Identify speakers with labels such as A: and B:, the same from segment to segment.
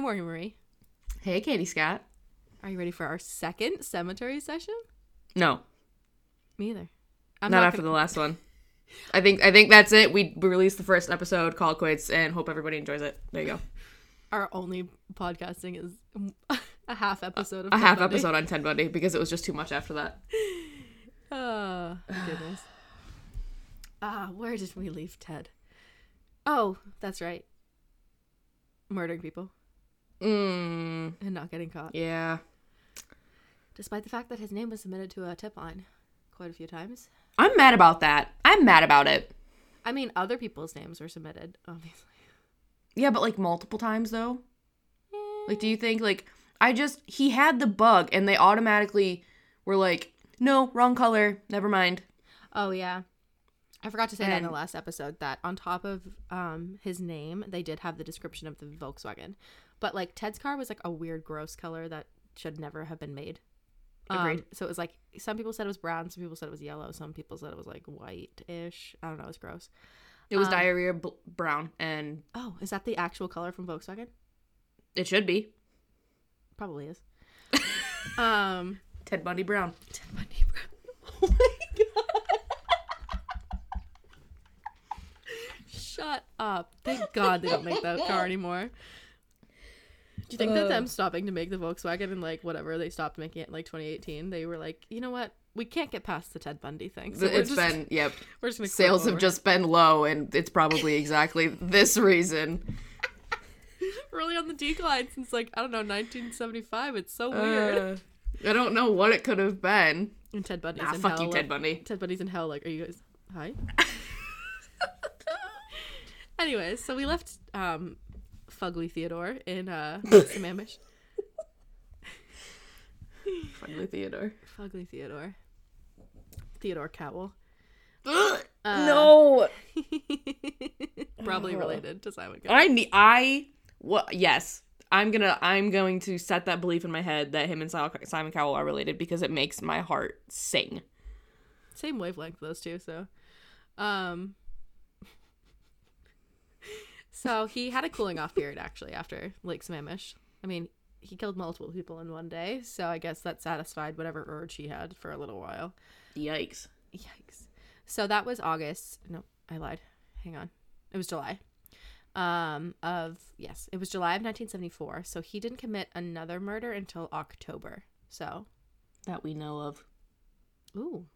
A: morning, Marie.
B: Hey, Katie Scott.
A: Are you ready for our second cemetery session?
B: No,
A: Me either. I'm
B: not, after the last one. I think I think that's it. We we released the first episode, call it quits, and hope everybody enjoys it. There you go.
A: the- our only podcasting is a half episode of
B: A
A: Ted
B: half
A: Bundy.
B: episode on Ted Bundy because it was just too much after that.
A: Oh goodness. Ah, where did we leave Ted? Oh, that's right. Murdering people
B: Mm,
A: and not getting caught,
B: yeah.
A: despite the fact that his name was submitted to a tip line quite a few times.
B: I'm mad about that. I'm mad about it.
A: I mean, other people's names were submitted, obviously.
B: Yeah, but like multiple times though. Like, do you think like I just he had the bug and they automatically were like, no, wrong color, never mind.
A: Oh yeah. I forgot to say that in the
B: And-
A: last episode that on top of um his name, they did have the description of the Volkswagen. But like Ted's car was like a weird gross color that should never have been made. Um,
B: Agreed.
A: so it was like some people said it was brown, some people said it was yellow, some people said it was like white-ish. I don't know, it was gross.
B: It was
A: Um,
B: diarrhea bl- brown, and
A: Oh, is that the actual color from Volkswagen?
B: it should be
A: Probably is. um
B: Ted Bundy brown.
A: Ted Bundy brown. Oh my god. Shut up. Thank God they don't make that car anymore. Do you think that
B: Ugh.
A: them stopping to make the Volkswagen and like whatever they stopped making it in like 2018, they were like, you know what? We can't get past the Ted Bundy thing. So
B: It's
A: we're just,
B: been yep.
A: we're just gonna clip
B: Sales
A: over."
B: have just been low, and it's probably exactly this reason.
A: really on the decline since like I don't know 1975. It's so weird.
B: Uh, I don't know what it could have been.
A: And Ted Bundy's
B: Ah,
A: in
B: fuck
A: hell.
B: you,
A: like-
B: Ted Bundy.
A: Ted Bundy's in hell. Like, are you guys hi? Anyways, so we left um, Fugly Theodore in uh, Sammamish.
B: Finally, Theodore.
A: Fugly Theodore. Theodore Cowell.
B: no,
A: Probably related to Simon Cowell.
B: I need. I what? Yes, I'm gonna. I'm going to set that belief in my head that him and Sil- Simon Cowell are related because it makes my heart sing.
A: Same wavelength, those two, so. Um, so he had a cooling off period, actually, after Lake Sammamish. I mean, he killed multiple people in one day, so I guess that satisfied whatever urge he had for a little while.
B: Yikes!
A: Yikes. So that was August. No, I lied. Hang on. It was July. Um of yes, it was July of 1974. So he didn't commit another murder until October. So,
B: That we know of.
A: ooh.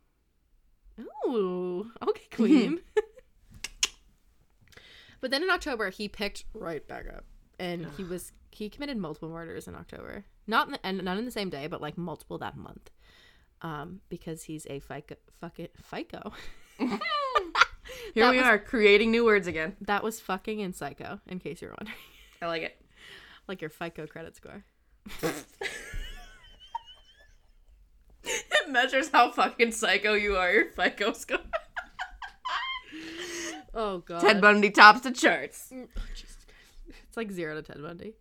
A: Ooh. Okay, queen. but then in October, he picked right back up. And he was he committed multiple murders in October. Not in the, and not in the same day, but like multiple that month. Um because he's a FICO fuck it, FICO.
B: Here
A: That
B: we
A: was-
B: are creating new words again.
A: That was fucking in Psycho, in case you're wondering.
B: I like it.
A: like your FICO credit score.
B: It measures how fucking psycho you are. Your FICO score.
A: Oh god.
B: Ted Bundy tops the charts.
A: It's like zero to Ted Bundy.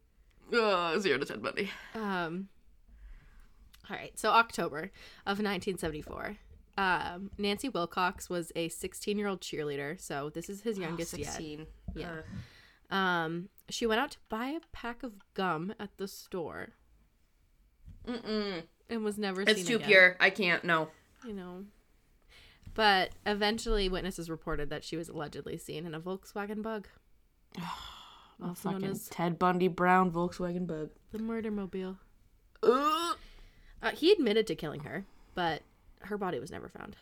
B: Oh, zero to Ted Bundy.
A: Um All right, so October of 1974. Um, Nancy Wilcox was a 16 year old cheerleader, so this is
B: Oh,
A: his youngest yet. Yeah.
B: Uh,
A: Um, she went out to buy a pack of gum at the store
B: Mm-mm.
A: and was never seen.
B: It's too
A: again.
B: pure. I can't. No.
A: you know. But eventually, witnesses reported that she was allegedly seen in a Volkswagen bug. also known as
B: Ted Bundy Brown Volkswagen bug.
A: the murder mobile.
B: Ugh.
A: Uh, he admitted to killing her, but her body was never found.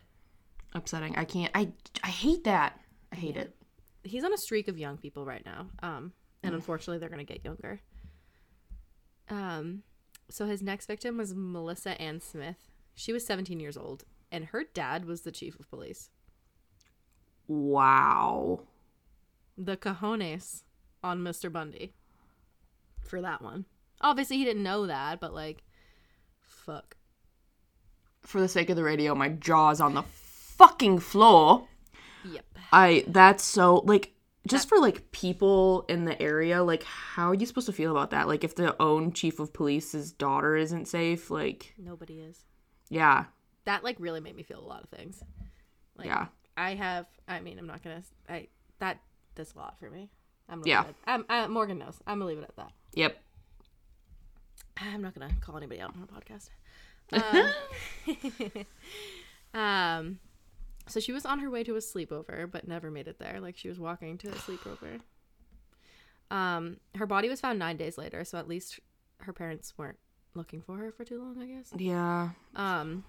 B: Upsetting. I can't. I I hate that. I hate it.
A: He's on a streak of young people right now, um, and unfortunately, they're going to get younger. Um, so his next victim was Melissa Ann Smith. She was 17 years old, and her dad was the chief of police.
B: Wow.
A: the cojones on Mr. Bundy for that one. Obviously, he didn't know that, but like, fuck.
B: For the sake of the radio, my jaw's on the fucking floor.
A: Yep.
B: I. That's so like. Just for like people in the area, like how are you supposed to feel about that? Like if their own chief of police's daughter isn't safe, like
A: Nobody is.
B: yeah,
A: That like really made me feel a lot of things. Like,
B: yeah.
A: I have, I mean, I'm not gonna, I, that, that's a lot for me. I'm gonna
B: Yeah.
A: uh, leave it- I'm, I, Morgan knows. I'm gonna leave it at that.
B: Yep.
A: I'm not gonna call anybody out on a podcast. Um, um, so she was on her way to a sleepover, but never made it there. Like she was walking to a sleepover. Um, her body was found nine days later, so at least her parents weren't looking for her for too long, I guess.
B: Yeah.
A: Um,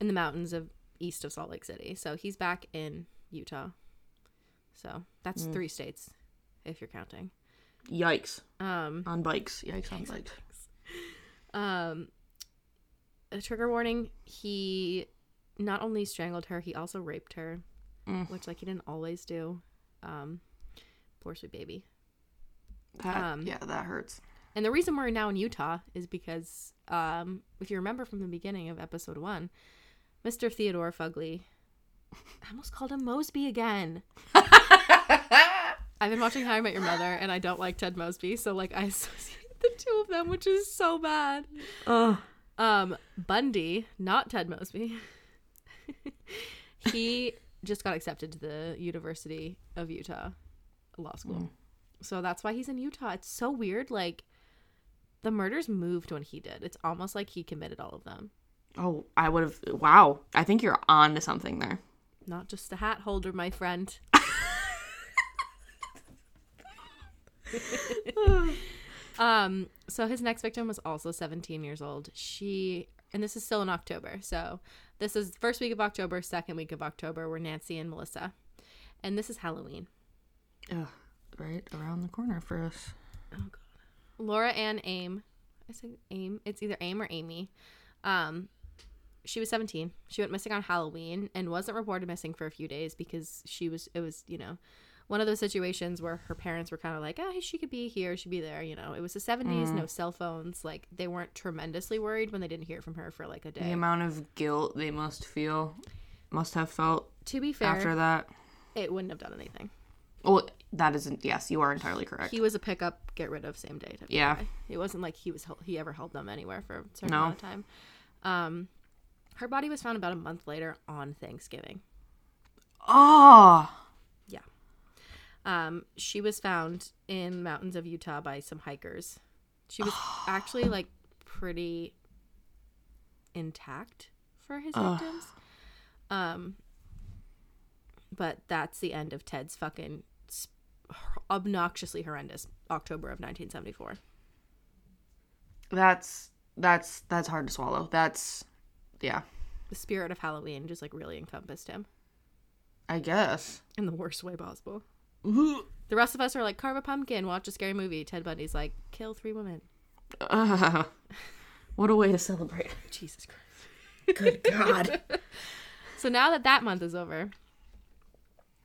A: in the mountains of east of Salt Lake City. So he's back in Utah. So that's three states, if you're counting.
B: Yikes.
A: Um,
B: On bikes. Yikes on bikes.
A: um a trigger warning he not only strangled her he also raped her
B: Mm.
A: which like he didn't always do um poor sweet baby
B: That,
A: Um,
B: yeah, that hurts.
A: and the reason we're now in utah is because um if you remember from the beginning of episode one mr theodore fugley i almost called him mosby again i've been watching how i met your mother and i don't like ted mosby so like i associate the two of them which is so bad
B: Oh.
A: Um, Bundy, not Ted Mosby. he just got accepted to the University of Utah Law School. So that's why he's in Utah. It's so weird. Like, the murders moved when he did. It's almost like he committed all of them.
B: Oh, I would have. Wow. I think you're on to something there.
A: Not just a hat holder, my friend. um, so his next victim was also 17 years old. She, and this is still in October. So this is first week of October, second week of October, were Nancy and Melissa. And this is Halloween.
B: Ugh, right around the corner for us.
A: Laura Ann Aim. I said Aim. It's either Aim or Amy. Um, she was 17. She went missing on Halloween and wasn't reported missing for a few days because she was. It was you know, one of those situations where her parents were kind of like, oh, she could be here, she could be there. You know, it was the 70s, no cell phones. Like they weren't tremendously worried when they didn't hear from her for like a day.
B: The amount of guilt they must feel, must have felt
A: To be fair,
B: after that.
A: it wouldn't have done anything.
B: Well, that isn't. Yes, you are entirely correct.
A: He was a pickup, get rid of same day. Type of
B: Yeah.
A: guy. It wasn't like he was hel- he ever held them anywhere for a certain
B: No.
A: amount of time. Um, her body was found about a month later on Thanksgiving.
B: oh,
A: Yeah. Um, she was found in mountains of Utah by some hikers. She was actually like pretty intact for his victims. Um, but that's the end of Ted's fucking sp- obnoxiously horrendous October of 1974.
B: that's that's that's hard to swallow. That's yeah.
A: the spirit of Halloween just like really encompassed him
B: I guess.
A: in the worst way possible. The rest of us are like, carve a pumpkin, watch a scary movie. Ted Bundy's like, kill three women.
B: Uh, what a way to celebrate.
A: Jesus Christ.
B: Good God.
A: So now that that month is over,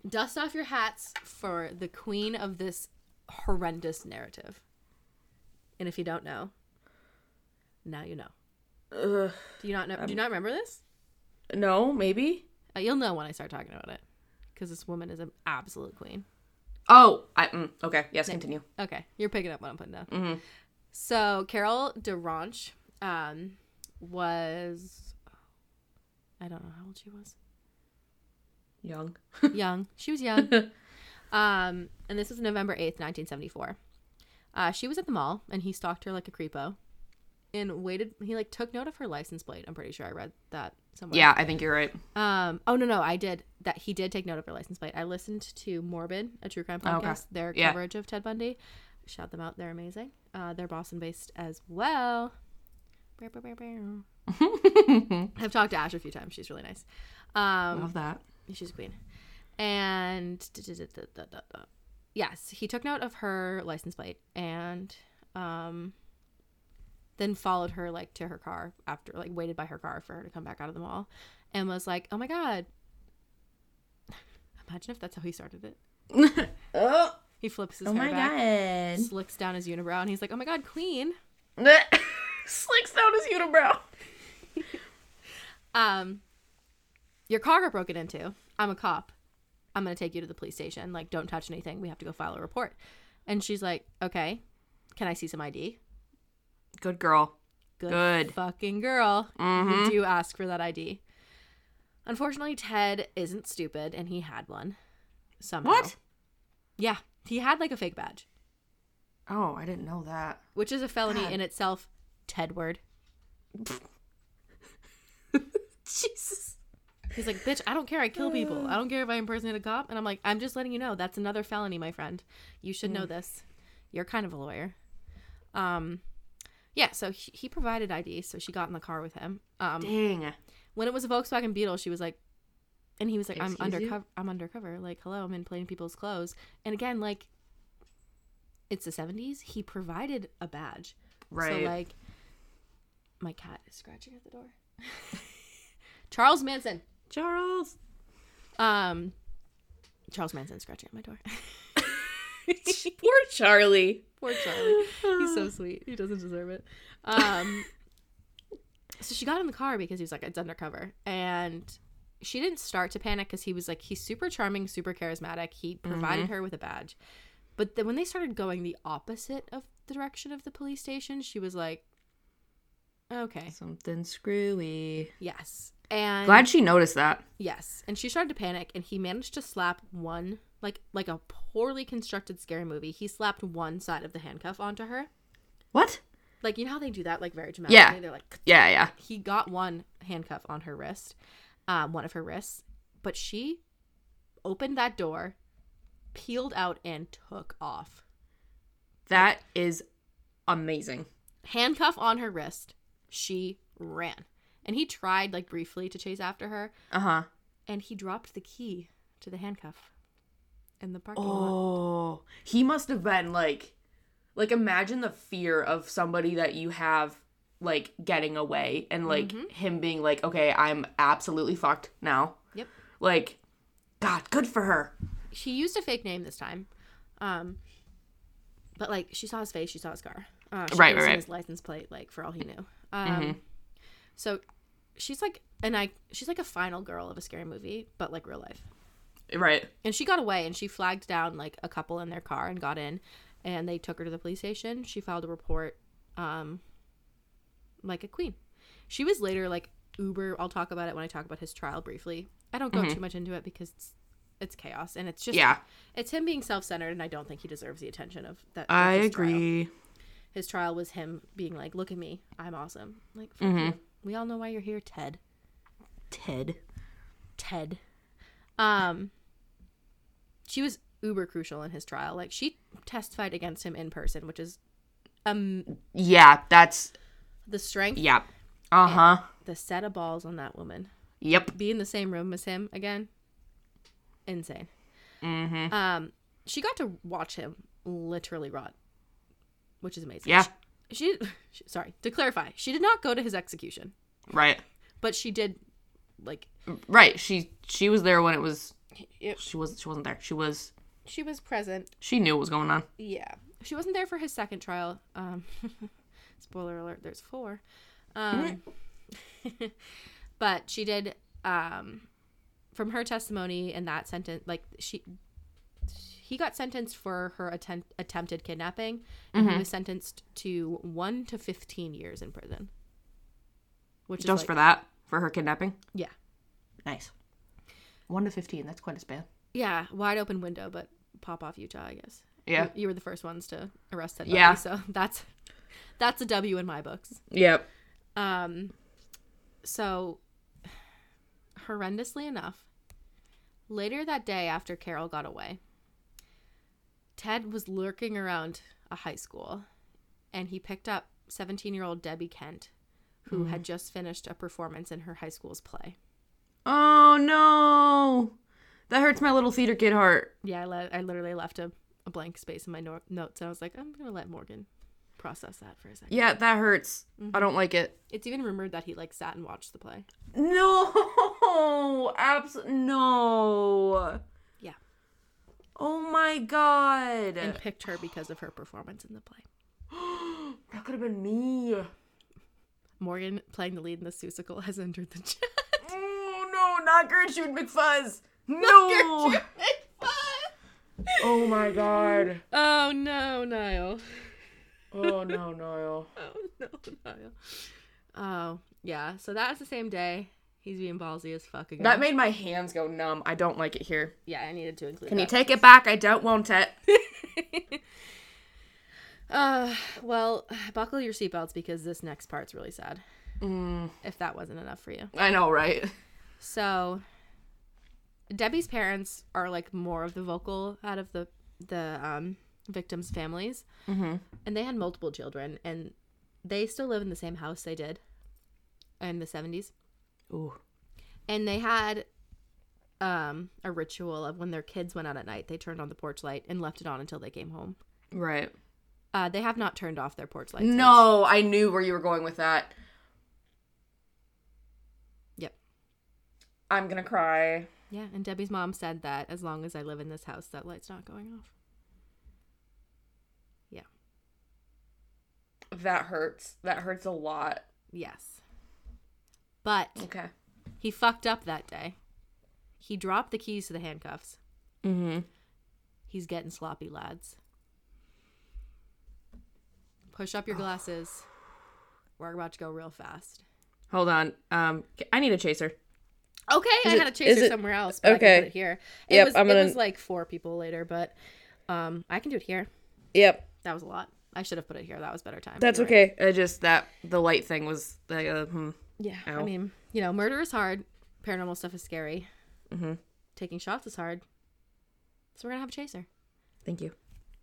A: dust off your hats for the queen of this horrendous narrative. And if you don't know, now you know.
B: Ugh.
A: Do you not know? do you not remember this?
B: no, maybe.
A: Uh, you'll know when I start talking about it, because this woman is an absolute queen.
B: Oh, I mm, okay. Yes, continue.
A: Okay, you're picking up what I'm putting down.
B: Mm-hmm.
A: So Carol Durant um, was, I don't know how old she was.
B: Young.
A: Young. She was young. um, and this was November 8th, 1974. Uh, she was at the mall and he stalked her like a creepo and waited. He like took note of her license plate. I'm pretty sure I read that somewhere.
B: Yeah, I think you're right.
A: Um. Oh no, no, I did that. He did take note of her license plate. I listened to Morbid, a true crime podcast.
B: Oh, Okay.
A: Their
B: Yeah.
A: coverage of Ted Bundy. Shout them out. They're amazing. Uh, they're Boston based as well. Bow, bow, bow, bow. I've talked to Ash a few times. She's really nice. Um,
B: Love that.
A: she's a queen. And da-da-da-da-da-da. yes, he took note of her license plate and um, then followed her like to her car after like waited by her car for her to come back out of the mall and was like, "Oh my god." Imagine if that's how he started it.
B: Oh,
A: He flips his hair back, slicks down his unibrow, and he's like, "Oh my god, queen."
B: god. Slicks down his unibrow.
A: um, your car got broken into. I'm a cop. I'm gonna take you to the police station. Like, don't touch anything. We have to go file a report. And she's like, okay, can I see some ID?
B: Good girl. Good. Mm-hmm.
A: fucking girl. You do ask for that ID. Unfortunately, Ted isn't stupid, and he had one. Somehow.
B: What?
A: Yeah, he had like a fake badge,
B: Oh, I didn't know that.
A: which is a felony in itself Tedward.
B: Jesus.
A: He's like, bitch, I don't care. I kill people.
B: Uh.
A: I don't care if I impersonate a cop. And I'm like, I'm just letting you know that's another felony, my friend. You should
B: Mm.
A: know this. You're kind of a lawyer. Um, yeah. So he, he provided ID. So she got in the car with him. Um,
B: Dang.
A: when it was a Volkswagen Beetle, she was like, and he was like, I'm
B: Excuse you?"
A: undercover. I'm undercover. Like, hello, I'm in plain people's clothes. And again, like, it's the 70s. He provided a badge.
B: Right.
A: So like, my cat is scratching at the door. Charles Manson.
B: Charles.
A: Um, Charles Manson scratching at my door.
B: Poor Charlie.
A: Poor Charlie. He's so sweet. He doesn't deserve it. Um, so she got in the car because he was like, it's undercover. And she didn't start to panic because he was like, he's super charming, super charismatic. He provided her with a badge. But then when they started going the opposite of the direction of the police station, she was like, okay,
B: Something screwy.
A: yes. And
B: Glad she noticed that.
A: Yes, and she started to panic, and he managed to slap one, like like a poorly constructed scary movie. He slapped one side of the handcuff onto her,
B: What?
A: like you know how they do that, like very dramatically.
B: Yeah.
A: They're like,
B: Yeah, yeah.
A: he got one handcuff on her wrist, um, one of her wrists, but she opened that door, peeled out, and took off.
B: That is amazing.
A: Handcuff on her wrist, she ran, and he tried like briefly to chase after her,
B: Uh huh.
A: and he dropped the key to the handcuff in the parking lot.
B: Oh, he must have been like, like imagine the fear of somebody that you have like getting away and like him being like, okay, I'm absolutely fucked now.
A: Yep.
B: Like, God, good for her.
A: she used a fake name this time. Um, but like she saw his face, she saw his car. Uh, she
B: Right,
A: could've
B: right, Mm-hmm.
A: seen
B: right.
A: His license plate, like for all he knew. Um, so she's like, and I, she's like a final girl of a scary movie, but like real life.
B: Right.
A: And she got away, and she flagged down like a couple in their car and got in, and they took her to the police station. She filed a report, um, like a queen. She was later like uber. I'll talk about it when I talk about his trial briefly. I don't go too much into it because it's, it's chaos and it's just
B: Mm-hmm. Yeah.
A: it's him being self-centered and i don't think he deserves the attention of that of
B: I
A: his trial.
B: agree.
A: his trial was him being like look at me i'm awesome like fuck
B: Mm-hmm.
A: you. we all know why you're here ted
B: Ted.
A: ted um she was uber crucial in his trial like she testified against him in person which is um
B: Yeah, that's,
A: the strength
B: yeah. Uh huh.
A: the set of balls on that woman
B: Yep.
A: be in the same room as him again insane
B: Mm-hmm.
A: um she got to watch him literally rot which is amazing
B: Yeah.
A: she, she sorry to clarify she did not go to his execution
B: Right.
A: but she did like
B: Right. She, she was there when it was,
A: it,
B: she wasn't, she wasn't there. She was,
A: she was present
B: she knew what was going on.
A: yeah she wasn't there for his second trial um spoiler alert there's four um but she did um from her testimony and that sentence like she he got sentenced for her attempt attempted kidnapping and he was sentenced to 1 to 15 years in prison which is
B: Just
A: like-
B: for that, for her kidnapping.
A: yeah
B: Nice. One to fifteen. That's quite a span.
A: Yeah, wide open window, but pop off Utah, I guess.
B: Yeah.
A: You, you were the first ones to arrest Ted Bundy,
B: Yeah.
A: so that's that's a W in my books.
B: Yep.
A: Um, so horrendously enough, later that day after Carol got away, Ted was lurking around a high school, and he picked up seventeen-year-old Debbie Kent, who
B: Mm.
A: had just finished a performance in her high school's play.
B: Oh no, that hurts my little theater kid heart.
A: yeah, I, le- I literally left a, a blank space in my no- notes, and I was like, I'm gonna let Morgan process that for a second.
B: Yeah, that hurts. I don't like it.
A: It's even rumored that he like sat and watched the play.
B: No, abs. No.
A: Yeah.
B: Oh my god.
A: and picked her because of her performance in the play.
B: that could have been me.
A: Morgan playing the lead in the Seussical has entered the chat.
B: Oh no, not Gertrude McFuzz. No. Oh my god.
A: oh no, Niall.
B: Oh no, no.
A: Oh no, Niall. Oh yeah. So that's the same day. He's being ballsy as fuck again.
B: That made my hands go numb. I don't like it here.
A: yeah, I needed to include.
B: Can you
A: that.
B: take it back? I don't want it.
A: Uh, well, buckle your seatbelts because this next part's really sad.
B: Mm,
A: If that wasn't enough for you.
B: I know, right?
A: So Debbie's parents are like more of the vocal out of the the um, victims' families,
B: Mm-hmm.
A: and they had multiple children, and they still live in the same house they did in the seventies,
B: Ooh.
A: and they had um, a ritual of when their kids went out at night, they turned on the porch light and left it on until they came home.
B: Right.
A: Uh, they have not turned off their porch light.
B: No, I knew where you were going with that.
A: Yep.
B: I'm gonna cry.
A: Yeah, and Debbie's mom said that as long as I live in this house, that light's not going off.
B: That hurts. That hurts a lot.
A: Yes. But
B: Okay.
A: he fucked up that day. He dropped the keys to the handcuffs.
B: Mm-hmm.
A: He's getting sloppy, lads. Push up your glasses. We're about to go real fast.
B: Hold on. Um, I need a chaser.
A: Okay, I
B: it-
A: had a
B: is
A: chaser
B: it-
A: somewhere else, but I
B: okay.
A: can put it here. It,
B: Yep,
A: was,
B: I'm
A: it
B: gonna-
A: was like four people later, but um, I can do it here.
B: Yep,
A: That was a lot. I should have put it here. That was better time.
B: that's
A: You're right.
B: okay. I just that the light thing was the uh, hmm.
A: Yeah. I
B: Ow.
A: mean, you know, murder is hard. Paranormal stuff is scary. Mm-hmm.
B: Mhm.
A: Taking shots is hard. So we're going to have a chaser,
B: Thank you.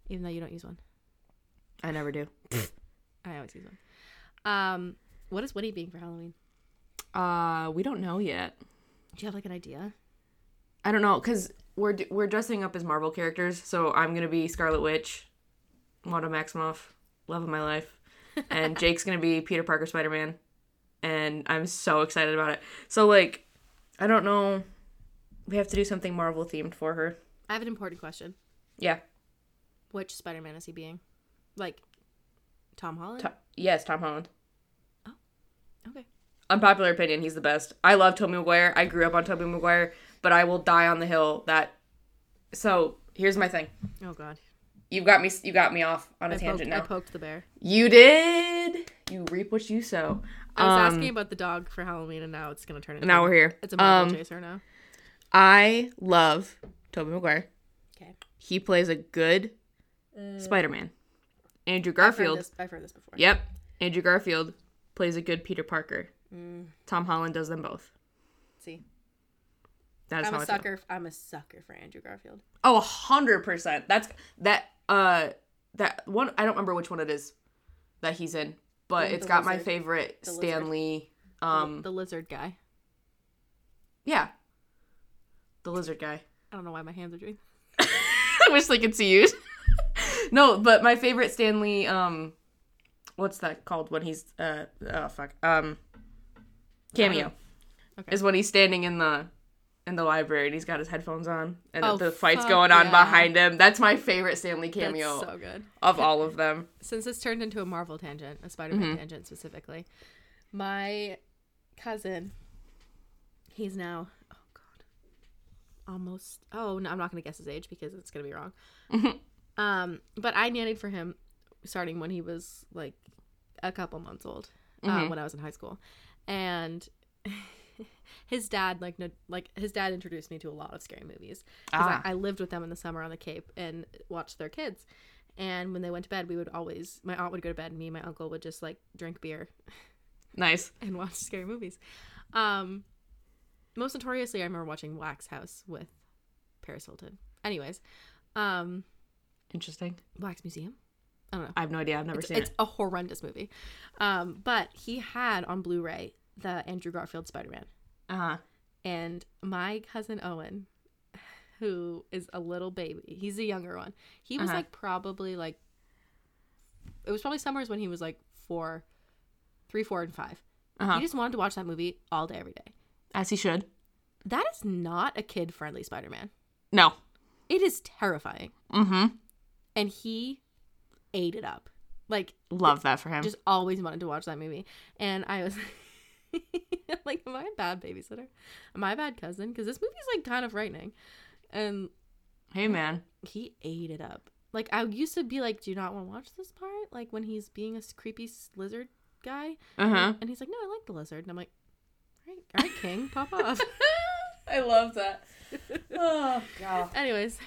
A: even though you don't use one.
B: I never do.
A: I always use one. Um, what is Woody being for Halloween?
B: Uh, we don't know yet.
A: Do you have like an idea?
B: I don't know because we're d- we're dressing up as Marvel characters. So I'm gonna be Scarlet Witch, Wanda Maximoff, love of my life, and Jake's gonna be Peter Parker, Spider Man, and I'm so excited about it. So like, I don't know. We have to do something Marvel themed for her.
A: I have an important question.
B: Yeah.
A: Which Spider Man is he being? Like Tom Holland?
B: To- yes, Tom Holland.
A: okay.
B: Unpopular opinion, he's the best. I love Tobey Maguire. I grew up on Tobey Maguire, but I will die on the hill that. So here's my thing.
A: Oh, God.
B: You got me. You got me off on a
A: I poked,
B: tangent now.
A: I poked the bear.
B: You did. You reap what you sow.
A: I was
B: Um,
A: asking about the dog for Halloween, and now it's going to turn into
B: Now we're here.
A: It's a Marvel
B: Um,
A: chaser now.
B: I love Tobey Maguire.
A: Okay.
B: He plays a good Spider-Man. Andrew
A: Mm. I've heard
B: Garfield.
A: this- I've heard this before.
B: Yep. Andrew Garfield plays a good Peter Parker.
A: Mm,
B: Tom Holland does them both.
A: see,
B: That's
A: I'm
B: how
A: a
B: I feel.
A: sucker. I'm a sucker for Andrew Garfield.
B: Oh, a hundred percent. That's that. Uh, that one. I don't remember which one it is that he's in, but
A: The-
B: it's
A: the
B: got my
A: lizard.
B: favorite
A: The
B: Stan
A: lizard.
B: Lee.
A: The-
B: Um,
A: the lizard guy.
B: yeah, the lizard guy.
A: I don't know why my hands are doing.
B: I wish they could see you. no, but my favorite Stan Lee. Um, what's that called when he's uh oh fuck um cameo
A: Okay.
B: is when he's standing in the in the library and he's got his headphones on and
A: Oh,
B: the fight's
A: fuck
B: going on
A: yeah.
B: behind him. That's my favorite Stan Lee
A: That's
B: cameo
A: so good.
B: of all of them.
A: Since this turned into a Marvel tangent, a Spider-Man
B: Mm-hmm.
A: tangent specifically, my cousin, he's now oh god, almost. Oh no, I'm not gonna guess his age because it's gonna be wrong. um, but I nannied for him starting when he was like a couple months old uh, when I was in high school, and. His dad, like, no, like his dad, introduced me to a lot of scary movies. 'Cause
B: Ah.
A: I, I lived with them in the summer on the Cape and watched their kids. And when they went to bed, we would always, my aunt would go to bed, and me and my uncle would just like drink beer
B: Nice.
A: and watch scary movies. Um, most notoriously, I remember watching Wax House with Paris Hilton. Anyways, um,
B: Interesting.
A: Wax Museum.
B: I have no idea. I've never seen
A: It's
B: it.
A: a horrendous movie. Um, but he had on Blu ray the Andrew Garfield Spider Man.
B: Uh-huh.
A: and my cousin Owen, who is a little baby, he's a younger one. He was
B: Uh-huh.
A: like probably like it was probably summers when he was like four, three, four, and 5
B: Uh-huh.
A: He just wanted to watch that movie all day, every day.
B: As he should.
A: That is not a kid friendly Spider Man.
B: No.
A: It is terrifying.
B: Mm-hmm.
A: And he ate it up. Like
B: Love that for him.
A: just always wanted to watch that movie. And I was like, am I a bad babysitter? Am I a bad cousin? Because this movie's like kind of frightening. And
B: hey man.
A: he ate it up. Like I used to be like, "Do you not want to watch this part?" Like when he's being a s- creepy s- lizard guy,
B: Uh-huh.
A: and he's like, "No, I like the lizard," and I'm like, "All right, all right, King, pop off."
B: I love that. Oh God.
A: Anyways,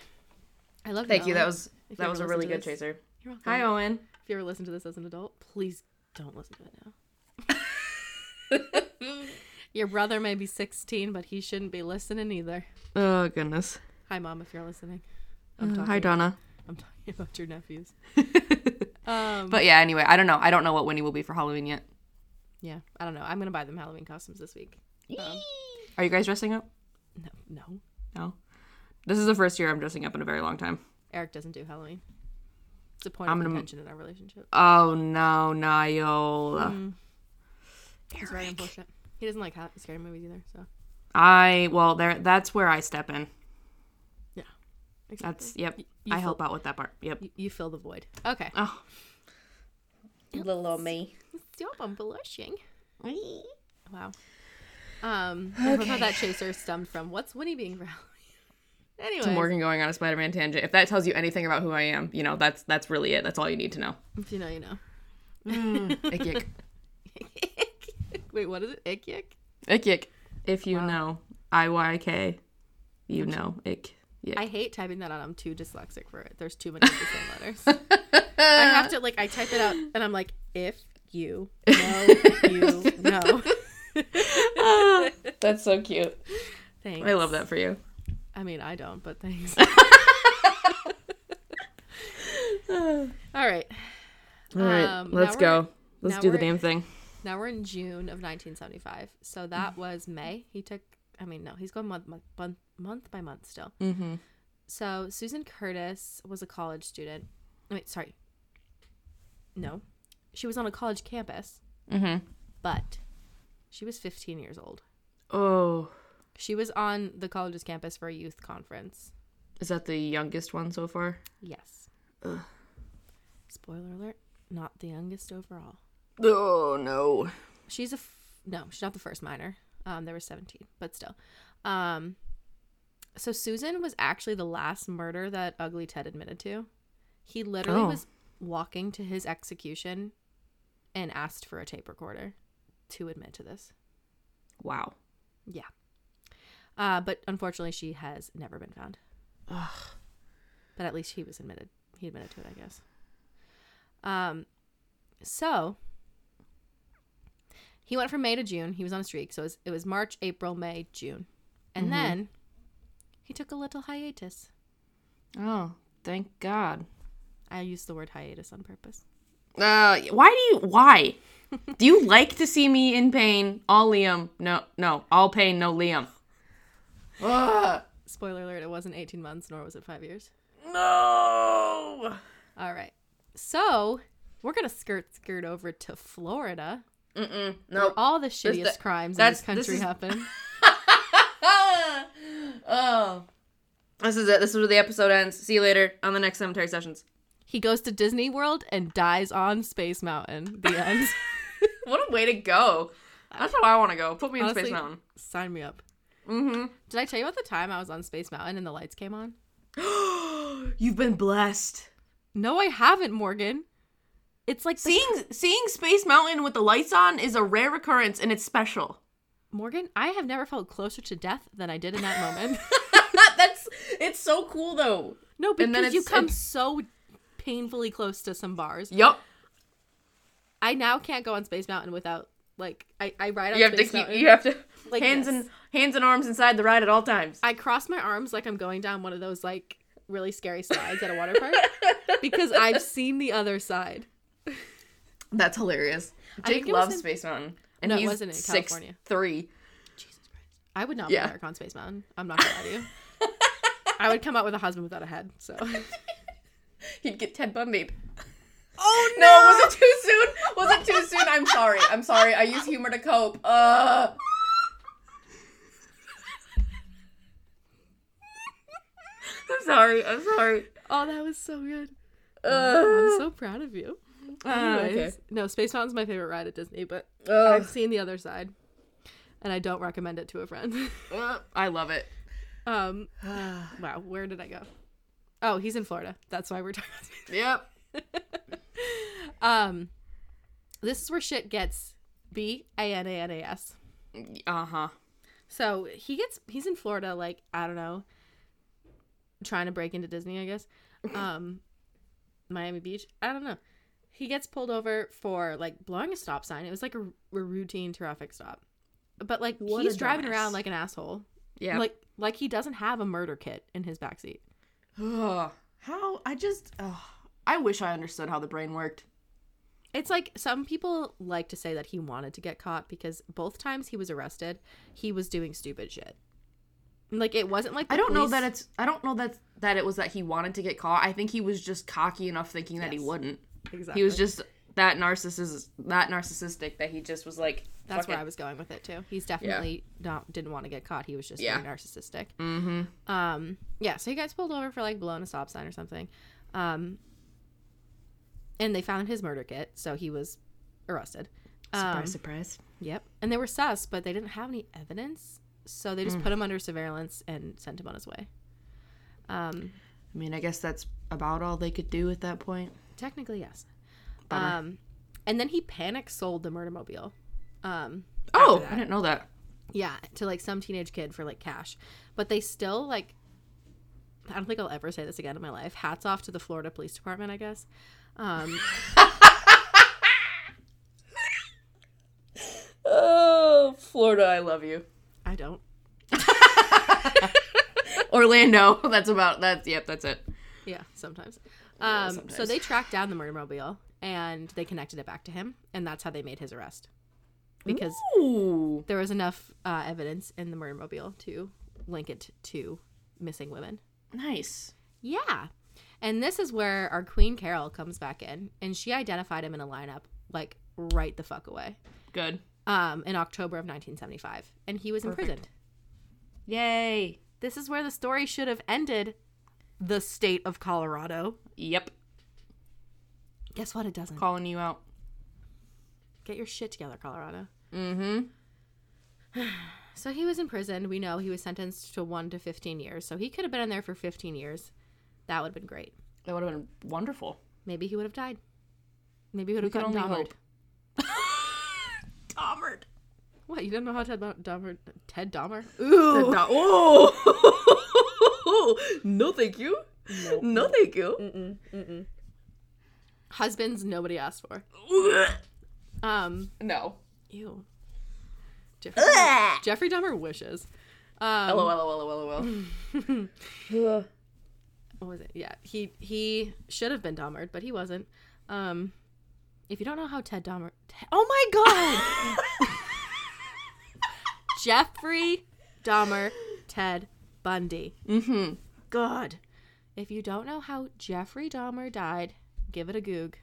A: I love.
B: Thank you.
A: Owen.
B: That was
A: If you
B: that was
A: ever
B: a
A: listen
B: really
A: to
B: good
A: this,
B: chaser.
A: You're welcome.
B: Hi Owen.
A: If you ever listen to this as an adult, please don't listen to it now. Your brother may be 16, but he shouldn't be listening either.
B: Oh goodness.
A: Hi, mom, if you're listening.
B: Uh, hi Donna.
A: I'm talking about your nephews. um,
B: But yeah, anyway, I don't know. I don't know what Winnie will be for Halloween yet.
A: yeah, I don't know. I'm gonna buy them Halloween costumes this week. Um,
B: Are you guys dressing up?
A: no, no,
B: No. This is the first year I'm dressing up in a very long time.
A: Eric doesn't do Halloween. It's a point of
B: I'm gonna-
A: contention in our relationship.
B: Oh no, Niall.
A: Hmm. It's very unfortunate. He doesn't like ha- scary movies either. So
B: I well there that's where I step in.
A: yeah, exactly.
B: That's yep.
A: you
B: I
A: feel-
B: help out with that part. Yep.
A: you, you fill the void. Okay,
B: Oh.
C: Little old me.
A: stop! I'm blushing. Wow. Um, I love how that chaser stemmed from what's Winnie being for Halloween. Anyway,
B: Morgan going on a Spider-Man tangent. If that tells you anything about who I am, you know, that's that's really it. That's all you need to know.
A: if you know, you know.
B: Ick yick.
A: Wait, what is it? Ick yick?
B: Ick yick. If you know I Y K, you know ick. Yeah.
A: I hate typing that out. I'm too dyslexic for it. There's too many of the same letters. I have to like I type it out and I'm like, if you know you know.
B: That's so cute.
A: Thanks.
B: I love that for you.
A: I mean I don't, but thanks. All right.
B: All right,
A: Um,
B: let's
A: now we're-
B: go. Let's
A: now
B: do the
A: we're-
B: damn thing.
A: Now we're in June of 1975. So that was May. He took, I mean, no, he's going month, month, month, month by month still.
B: Mm.
A: Mm-hmm. So Susan Curtis was a college student. Wait, sorry. No. She was on a college campus,
B: Mm-hmm.
A: but she was 15 years old.
B: Oh,
A: She was on the college's campus for a youth conference.
B: is that the youngest one so far?
A: Yes. Spoiler alert, not the youngest overall.
B: Oh no.
A: she's a f- no she's not the first minor um there were 17 but still um so susan was actually the last murder that ugly ted admitted to he literally
B: Oh.
A: was walking to his execution and asked for a tape recorder to admit to this
B: Wow.
A: yeah uh but unfortunately she has never been found but at least he was admitted he admitted to it i guess um so he went from may to june he was on a streak so it was, it was march april may june and then he took a little hiatus
B: Oh, thank God.
A: i used the word hiatus on purpose
B: Uh, why do you? Why? do you like to see me in pain? All Liam. No, no. All pain, no Liam. Ugh.
A: spoiler alert it wasn't 18 months nor was it five years
B: No.
A: all right so we're gonna skirt skirt over to florida
B: Mm-mm.
A: where
B: Nope.
A: all the shittiest
B: that-
A: crimes in
B: that's-
A: this
B: this
A: country
B: is-
A: happen
B: oh. This is it. This is where the episode ends. See you later on the next cemetery sessions.
A: He goes to Disney World and dies on Space Mountain. The end.
B: What a way to go. That's how I want to go. Put me in
A: Honestly-
B: Space Mountain.
A: Sign me up.
B: Mm-hmm.
A: Did I tell you about the time I was on Space Mountain and the lights came on?
B: Mm-hmm. You've been blessed.
A: No, I haven't, Morgan. It's like the-
B: Seeing seeing Space Mountain with the lights on is a rare occurrence and it's special.
A: Morgan. I have never felt closer to death than I did in that moment.
B: That's it's so cool though.
A: no,
B: And then
A: because you
B: it's-
A: come
B: it's-
A: so painfully close to some bars.
B: Yup.
A: I now can't go on Space Mountain without like I, I ride on
B: You have to
A: Space
B: keep
A: Mountain.
B: you have to
A: Like
B: hands
A: this.
B: and hands and arms inside the ride at all times.
A: I cross my arms like I'm going down one of those like really scary slides at a water park because I've seen the other side.
B: That's hilarious.
A: think
B: Jake
A: it was
B: loves
A: in-
B: Space Mountain. And
A: No, it
B: he's
A: wasn't in
B: six,
A: California.
B: three.
A: I would not
B: Yeah.
A: be Eric on Space Mountain. I'm not gonna lie to you. I would come out with a husband without a head. So
B: He'd get Ted Bundy. Oh no! Was it too soon? Was it too soon? I'm sorry. I'm sorry. I use humor to cope. Uh. I'm sorry. I'm sorry.
A: oh, that was so good. Oh, I'm
B: Uh,
A: so proud of you.
B: Ah,
A: Anyways, No, Space Mountain's my favorite ride at Disney, but
B: Ugh.
A: I've seen the other side, and I don't recommend it to a friend.
B: Uh, I love it.
A: um, wow, where did I go? Oh, he's in Florida. That's why we're talking. about Space
B: Yep.
A: Mountain. Um, this is where shit gets b a n a n a s.
B: Uh huh.
A: So he gets he's in Florida, like I don't know, trying to break into Disney, I guess. Um, Miami Beach, I don't know. He gets pulled over for like blowing a stop sign. It was like a, r- a routine traffic stop. But like
C: What
A: he's
C: a
A: driving
C: dumbass.
A: around like an asshole.
B: Yeah.
A: Like like he doesn't have a murder kit in his backseat.
B: Ugh. How I just ugh. I wish I understood how the brain worked.
A: It's like some people like to say that he wanted to get caught because both times he was arrested, he was doing stupid shit. Like it wasn't like the
B: I don't know
A: police-
B: that it's I don't know that that it was that he wanted to get caught. I think he was just cocky enough thinking that he
A: Yes.
B: wouldn't.
A: exactly.
B: He was just that narcissist that narcissistic that he just was like
A: That's
B: fuck
A: where
B: it.
A: I was going with it too. He's definitely not didn't want to get caught. He was just
B: Yeah.
A: being narcissistic. Mm-hmm. Um, yeah. So he gets pulled over for like blowing a stop sign or something, um, and they found his murder kit. So he was arrested. Um,
B: surprise.
A: yep. And they were sus, but they didn't have any evidence, so they just
B: Mm.
A: put him under surveillance and sent him on his way. Um,
B: I mean, I guess that's about all they could do at that point.
A: technically yes.
B: Bummer.
A: Um, and then he panic sold the murder mobile. Um,
B: oh, I didn't know that.
A: Yeah, to like some teenage kid for like cash. But they still like I don't think I'll ever say this again in my life. Hats off to the Florida Police Department, I guess. Um,
B: Oh, Florida, I love you.
A: I don't.
B: Orlando, that's about that's yep, that's it.
A: Yeah, sometimes. Um, So they tracked down the murder mobile and they connected it back to him, and that's how they made his arrest because
B: Ooh.
A: there was enough uh, evidence in the murder mobile to link it to missing women.
B: Nice.
A: Yeah. And this is where our Queen Carol comes back in, and she identified him in a lineup like right the fuck away.
B: Good.
A: um, in October of 1975, and he was imprisoned.
B: Yay.
A: This is where the story should have ended. The state of Colorado.
B: Yep.
A: Guess what? It doesn't.
B: Calling you out.
A: Get your shit together, Colorado.
B: Mm-hmm.
A: Mm-hmm. So he was imprisoned. We know he was sentenced to one to 15 years. So he could have been in there for 15 years. That would have been great.
B: That would have been wonderful.
A: Maybe he would have died. Maybe he would have
B: can
A: gotten
B: only
A: Dahmered.
B: hope. Dahmered.
A: What? You don't know how Ted Bo- Dahmer? Ted Dahmer?
B: The
A: Ooh.
B: da- oh. no, thank you. No, thank you.
A: Husbands nobody asked for. Um.
B: No.
A: Ew. Jeffrey, Jeffrey Dahmer wishes. Um,
B: LOL, LOL, LOL, LOL.
C: Ugh.
A: what was it? Yeah, he he should have been Dahmered, but he wasn't. Um, if you don't know how Ted Dahmer, Ted, oh my god, Jeffrey Dahmer, Ted Bundy.
B: Mm-hmm.
A: God, if you don't know how Jeffrey Dahmer died, give it a goog.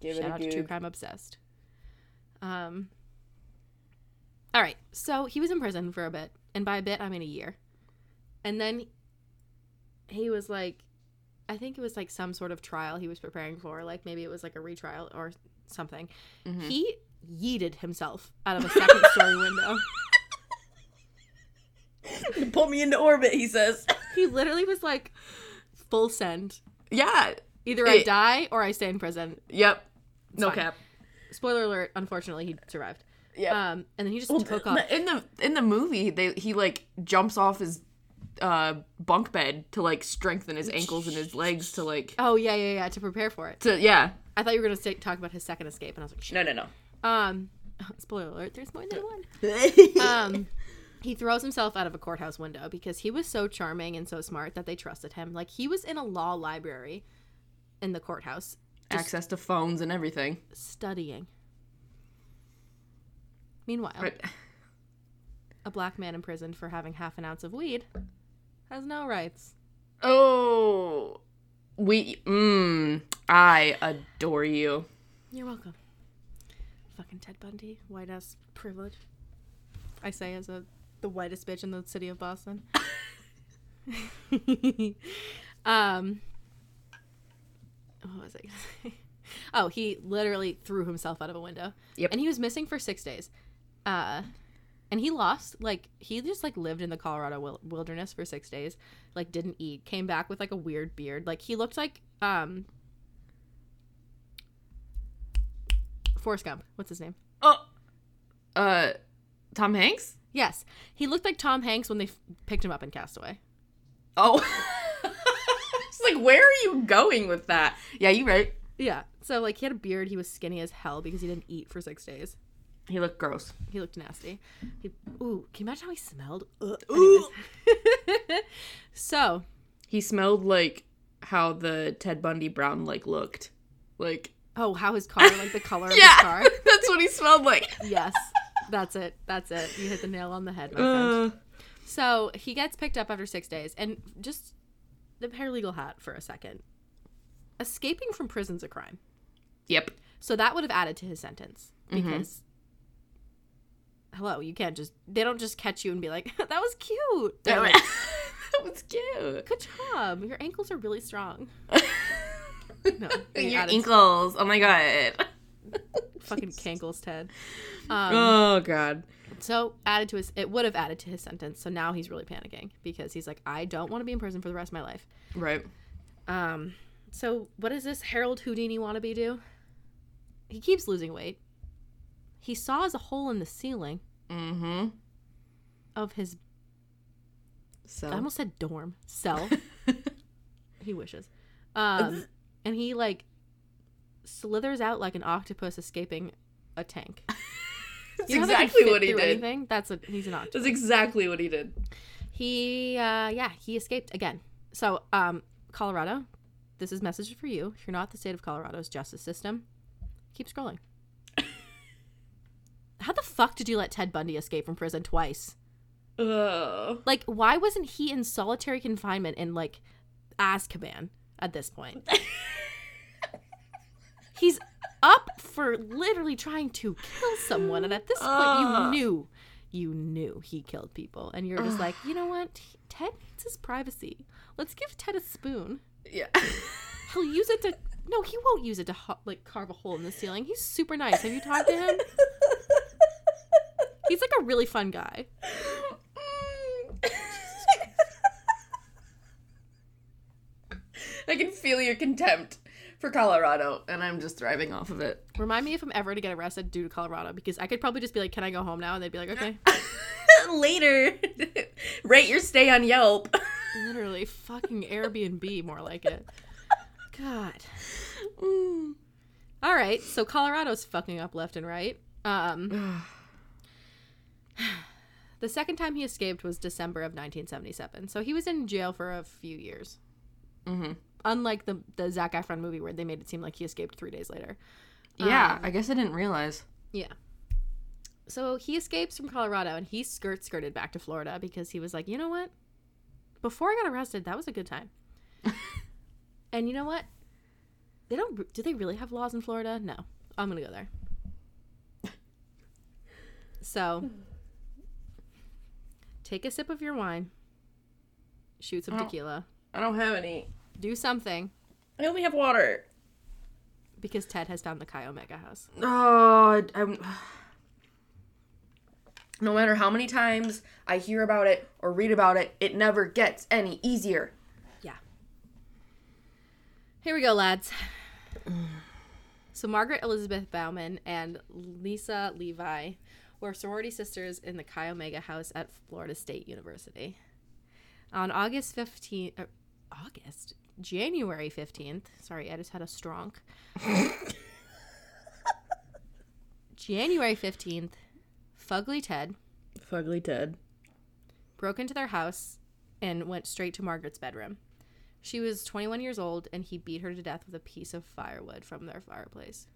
C: Give
A: Shout out to True Crime Obsessed. Um. All right, so he was in prison for a bit, and by a bit I mean a year, and then he was like, I think it was like some sort of trial he was preparing for, like maybe it was like a retrial or something.
B: Mm-hmm.
A: He yeeted himself out of a second story window.
C: Put me into orbit, he says.
A: He literally was like, full send.
B: Yeah.
A: Either I
B: Hey.
A: die or I stay in prison.
B: Yep. no
A: fine.
B: cap.
A: Spoiler alert. Unfortunately, he survived.
B: Yep.
A: Um, and then he just took off.
B: Well, in the in the movie, they he like jumps off his uh bunk bed to like strengthen his ankles and his legs to like
A: Oh yeah, yeah, yeah. To prepare for it.
B: to yeah.
A: I thought you were gonna say, talk about his second escape, and I was like, shit.
C: No, no, no.
A: Um, spoiler alert: there's more than one. Um, he throws himself out of a courthouse window because he was so charming and so smart that they trusted him. Like he was in a law library in the courthouse
B: Access to phones and everything.
A: studying. Meanwhile,
B: But
A: a black man imprisoned for having half an ounce of weed has no rights.
B: oh, we mm, I adore you.
A: You're welcome. Fucking Ted Bundy, white ass privilege. I say as a the whitest bitch in the city of Boston. um what was I gonna say? Oh, he literally threw himself out of a window.
B: Yep.
A: And he was missing for six days. Uh and he lost like he just like lived in the Colorado wil- wilderness for six days, like didn't eat, came back with like a weird beard. Like he looked like um Forrest Gump. What's his name?
B: Oh, uh, Tom Hanks.
A: Yes, he looked like Tom Hanks when they f- picked him up in Castaway.
B: Oh, it's like where are you going with that? Yeah, you right.
A: Yeah, So like he had a beard. He was skinny as hell because he didn't eat for six days.
B: He looked gross.
A: He looked nasty. He, ooh, can you imagine how he smelled? Ugh.
C: Ooh.
A: Anyways. so
B: He smelled like how the Ted Bundy brown like looked. Like
A: oh, how his car like the color of his car.
B: that's what he smelled like.
A: Yes, that's it. That's it. You hit the nail on the head, my friend.
B: Uh,
A: So he gets picked up after six days, and just the paralegal hat for a second. Escaping from prison's a crime,
B: yep.
A: so that would have added to his sentence
B: Mm-hmm.
A: because. Hello, you can't just. They don't just catch you and be like, "That was cute." They're like,
B: that was cute.
A: "Good job, your ankles are really strong." No, they
B: Your
A: added
B: ankles. Oh my god.
A: fucking cankles, Ted. Um,
B: Oh god.
A: So added to his, it would have added to his sentence. So now he's really panicking because he's like, I don't want to be in prison for the rest of my life.
B: Right.
A: Um, so what does this Harold Houdini wannabe do? He keeps losing weight. He saws a hole in the ceiling
B: Mm-hmm.
A: of his,
B: So
A: I almost said dorm cell. he wishes. Um, and he like slithers out like an octopus escaping a tank.
B: that's
A: You know how they can
B: exactly
A: fit
B: what he
A: through
B: did.
A: Anything? That's a, he's an octopus.
B: That's exactly what he did.
A: He, uh, yeah, he escaped again. So, um, Colorado, this is message for you. If you're not the state of Colorado's justice system, keep scrolling. How the fuck did you let Ted Bundy escape from prison twice?
B: Ugh.
A: Like, why wasn't he in solitary confinement in like Azkaban at this point? He's up for literally trying to kill someone, and at this point, you
B: Ugh.
A: knew, you knew he killed people, and you're just like, you know what? He- Ted needs his privacy. Let's give Ted a spoon.
B: Yeah.
A: He'll use it to. No, he won't use it to ho- like carve a hole in the ceiling. He's super nice. Have you talked to him? He's like a really fun guy.
B: I can feel your contempt for Colorado, and I'm just thriving off of it.
A: Remind me if I'm ever to get arrested due to Colorado because I could probably just be like, "Can I go home now?" and they'd be like, "Okay."
B: Later, rate your stay on Yelp.
A: Literally, fucking Airbnb, more like it. God.
B: Mm.
A: All right, so Colorado's fucking up left and right. Um, the second time he escaped was December of 1977, so he was in jail for a few years.
B: Mhm.
A: Unlike the the Zac Efron movie where they made it seem like he escaped three days later. Um,
B: Yeah, I guess I didn't realize.
A: Yeah. So he escapes from Colorado and he skirt skirted back to Florida because he was like, you know what? Before I got arrested, that was a good time. and you know what? They don't. Do they really have laws in Florida? No. I'm gonna go there. So, take a sip of your wine. Shoot some
B: Oh.
A: tequila.
B: I don't have any.
A: Do something
B: I only have water.
A: because Ted has found the Chi Omega house.
B: Oh, I- I'm. No matter how many times I hear about it or read about it, it never gets any easier.
A: Yeah. Here we go, lads. So Margaret Elizabeth Bauman and Lisa Levi were sorority sisters in the Chi Omega house at Florida State University. On August 15th, uh, August, January 15th, sorry, I just had a stronk. January 15th, Fugly Ted
B: Fugly Ted.
A: broke into their house and went straight to Margaret's bedroom. She was 21 years old and he beat her to death with a piece of firewood from their fireplace.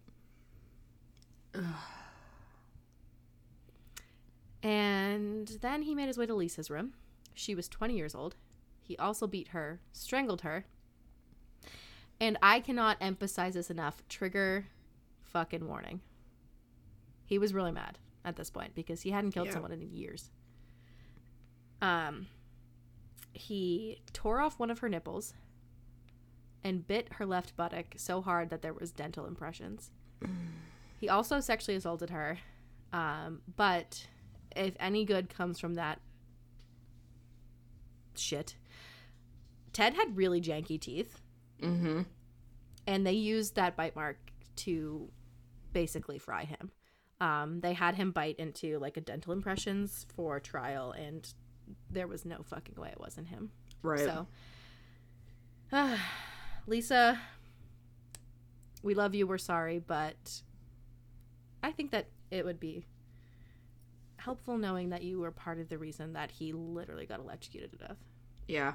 A: and then he made his way to Lisa's room. She was 20 years old. He also beat her, strangled her. And I cannot emphasize this enough trigger fucking warning. He was really mad at this point because he hadn't killed
B: Yeah.
A: someone in years. Um, he tore off one of her nipples and bit her left buttock so hard that there was dental impressions. he also sexually assaulted her, um, but if any good comes from that shit, Ted had really janky teeth,
B: Mm-hmm.
A: and they used that bite mark to basically fry him. Um, they had him bite into like a dental impressions for trial, and there was no fucking way it wasn't him.
B: Right.
A: So, Lisa we love you, we're sorry, but I think that it would be helpful knowing that you were part of the reason that he literally got electrocuted to death.
B: Yeah.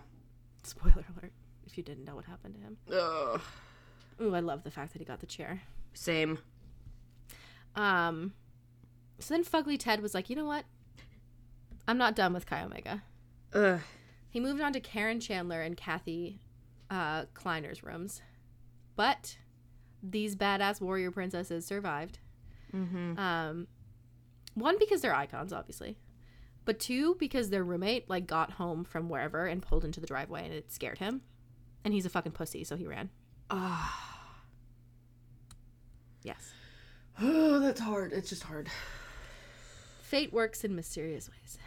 A: Spoiler alert, if you didn't know what happened to him.
B: Ugh.
A: Ooh, I love the fact that he got the chair.
B: Same.
A: Um, so then Fugly Ted was like, you know what? I'm not done with Chi Omega.
B: Ugh.
A: He moved on to Karen Chandler and Kathy uh, Kleiner's rooms. But these badass warrior princesses survived.
B: Mm-hmm.
A: Um, one, because they're icons, obviously. But two, because their roommate, like, got home from wherever and pulled into the driveway and it scared him. And he's a fucking pussy, so he ran. Yes.
B: Oh, that's hard. It's just hard.
A: Fate works in mysterious ways.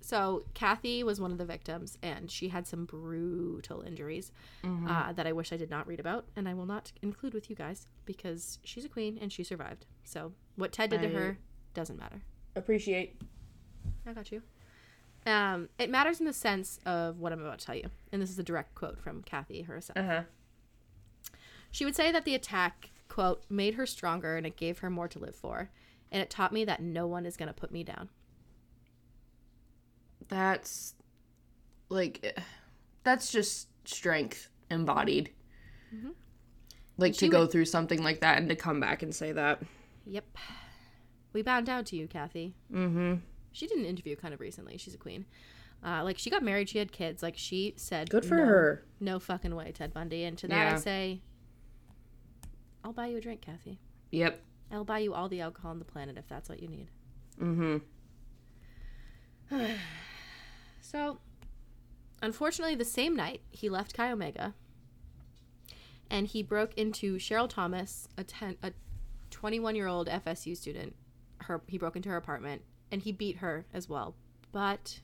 A: So Kathy was one of the victims, and she had some brutal injuries uh, that I wish I did not read about, and I will not include with you guys because she's a queen and she survived. So what Ted did to
B: I-
A: her doesn't matter.
C: Appreciate.
A: I got you. Um, it matters in the sense of what I'm about to tell you, and this is a direct quote from Kathy herself.
B: Uh huh.
A: She would say that the attack, quote, made her stronger and it gave her more to live for. And it taught me that no one is going to put me down.
B: That's like, eh, that's just strength embodied. Mm-hmm. Like to
A: she
B: go
A: would-
B: through something like that and to come back and say that.
A: Yep. We bow down to you, Kathy.
B: Mm-hmm.
A: She did an interview kind of recently. She's a queen. Uh, like, she got married, she had kids. Like, she said,
B: Good for
A: "No,
B: her.
A: No fucking way, Ted Bundy. And to that, I
B: Yeah.
A: say, I'll buy you a drink, Kathy.
B: Yep.
A: I'll buy you all the alcohol on the planet if that's what you need.
B: Mm-hmm.
A: So, unfortunately, the same night he left Chi Omega, and he broke into Cheryl Thomas, a ten, a twenty-one-year-old FSU student. Her he broke into her apartment and he beat her as well. But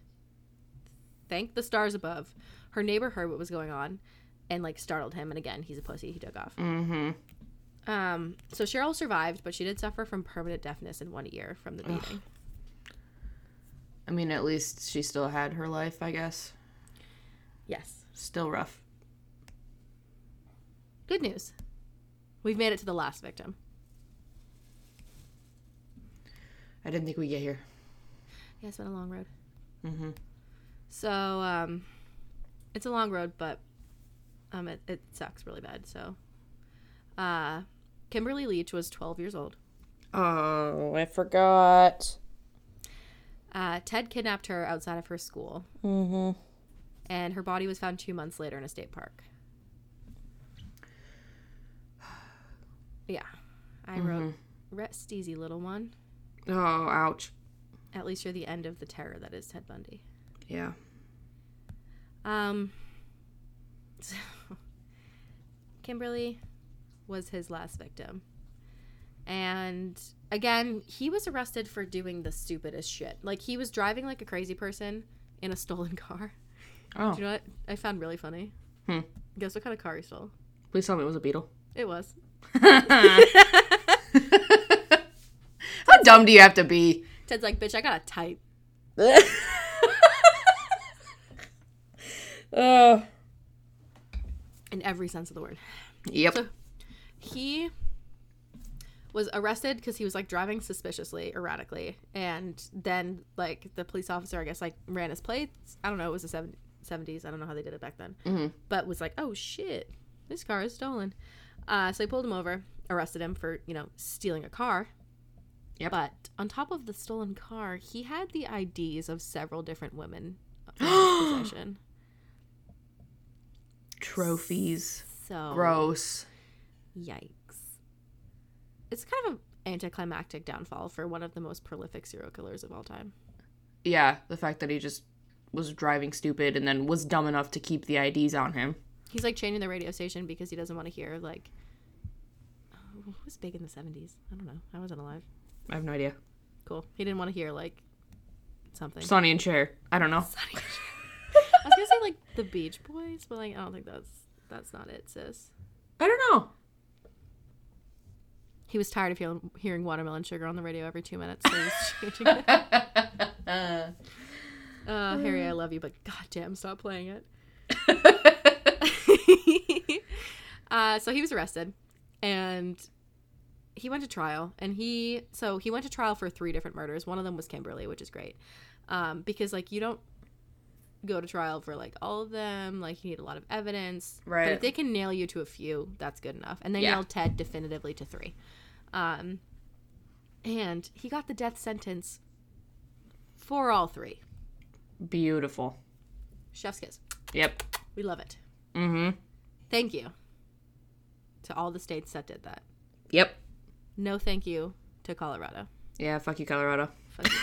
A: thank the stars above, her neighbor heard what was going on, and like startled him. And again, he's a pussy. He took off.
B: Mm-hmm.
A: Um, so Cheryl survived, but she did suffer from permanent deafness in one ear from the beating.
B: I mean, at least she still had her life. I guess.
A: Yes.
B: Still rough.
A: Good news. We've made it to the last victim.
B: I didn't think we'd get here.
A: Yeah, it's been a long road.
B: Mm-hmm.
A: So um, it's a long road, but um, it, it sucks really bad. So uh, Kimberly Leach was 12 years old.
B: Oh, I forgot.
A: Uh, Ted kidnapped her outside of her school,
B: Mm-hmm.
A: and her body was found two months later in a state park. Yeah, I wrote,
B: Mm-hmm.
A: "Rest easy, little one.
B: Oh, ouch.
A: At least you're the end of the terror that is Ted Bundy."
B: Yeah.
A: Um, so Kimberly was his last victim. And again, he was arrested for doing the stupidest shit. Like, he was driving like a crazy person in a stolen car.
B: Oh,
A: Do you know what I found really funny?
B: Hmm.
A: Guess what kind of car he stole?
B: please tell me it was a beetle.
A: It was.
B: How dumb do you have to be?
A: Ted's like, bitch, I got a type.
B: Oh.
A: In every sense of the word.
B: Yep.
A: he was arrested because he was like driving suspiciously erratically and then like the police officer i guess like ran his plates i don't know it was the 70- 70s i don't know how they did it back then
B: Mhm.
A: but was like oh shit this car is stolen uh, so he pulled him over arrested him for you know stealing a car
B: Yep.
A: but on top of the stolen car he had the ids of several different women in his possession
B: Trophies.
A: so
B: Gross.
A: Yikes. It's kind of an anticlimactic downfall for one of the most prolific serial killers of all time.
B: Yeah, the fact that he just was driving stupid and then was dumb enough to keep the IDs on him.
A: He's like changing the radio station because he doesn't want to hear like oh, who was big in the 70s? I don't know. I wasn't alive.
B: I have no idea.
A: Cool. He didn't want to hear like something.
B: Sonny and Cher. I don't know.
A: I was going to say like the Beach Boys, but like I don't think that's that's not it, sis.
B: I don't know.
A: He was tired of hearing, hearing watermelon sugar on the radio every 2 minutes, so he was changing it. Uh, Harry, I love you, but goddamn, stop playing it. uh, so he was arrested and he went to trial and he so he went to trial for three different murders one of them was kimberly which is great um, because like you don't go to trial for like all of them like you need a lot of evidence but if
B: Right.
A: they can nail you to a few that's good enough and they
B: Yeah.
A: nailed ted definitively to three um, and he got the death sentence for all three
B: Beautiful.
A: chef's kiss
B: Yep.
A: we love it
B: Mm-hmm.
A: thank you to all the states that did that
B: Yep.
A: no thank you to colorado
B: Yeah, fuck you, Colorado.
A: Fuck you.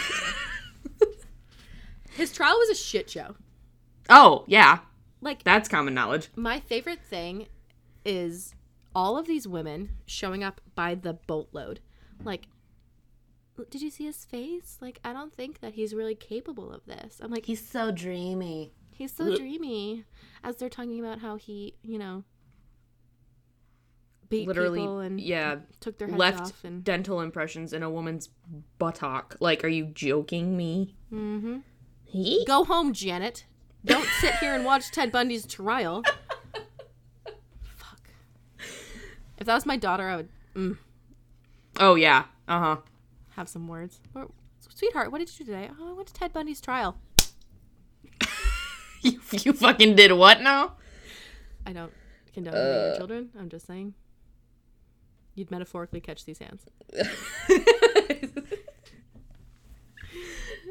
A: His trial was a shit show.
B: Oh, yeah.
A: Like
B: That's common knowledge.
A: my favorite thing is all of these women showing up by the boatload. Like did you see his face? Like I don't think that he's really capable of this. I'm like
B: He's so dreamy.
A: he's so dreamy as they're talking about how he, you know, beat
B: Literally,
A: people and
B: yeah.
A: took their heads
B: Left
A: off and
B: dental impressions in a woman's buttock. Like, are you joking me?
A: Mhm.
B: He?
A: Go home, Janet. Don't sit here and watch Ted Bundy's trial. Fuck. If that was my daughter, I would mm,
B: Oh, yeah. Uh huh.
A: have some words. Or, Sweetheart, what did you do today? Oh, I went to Ted Bundy's trial.
B: You, you fucking did what now?
A: I don't condone hitting your children. I'm just saying. You'd metaphorically catch these hands.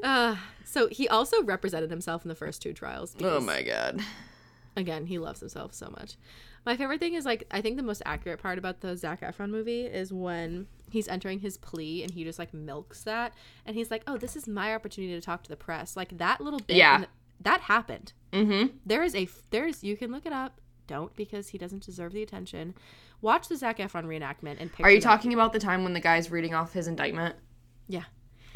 A: Uh, so he also represented himself in the first two trials.
B: Oh
A: because,
B: my god.
A: Again, he loves himself so much. My favorite thing is like I think the most accurate part about the Zac Efron movie is when he's entering his plea and he just like milks that and he's like, "Oh, this is my opportunity to talk to the press." Like that little bit.
B: Yeah.
A: in the- that happened.
B: Mm hmm.
A: There is a there is you can look it up. Don't because he doesn't deserve the attention. Watch the Zac Efron reenactment and picture.
B: Are you
A: that.
B: talking about the time when the guy's reading off his indictment?
A: Yeah.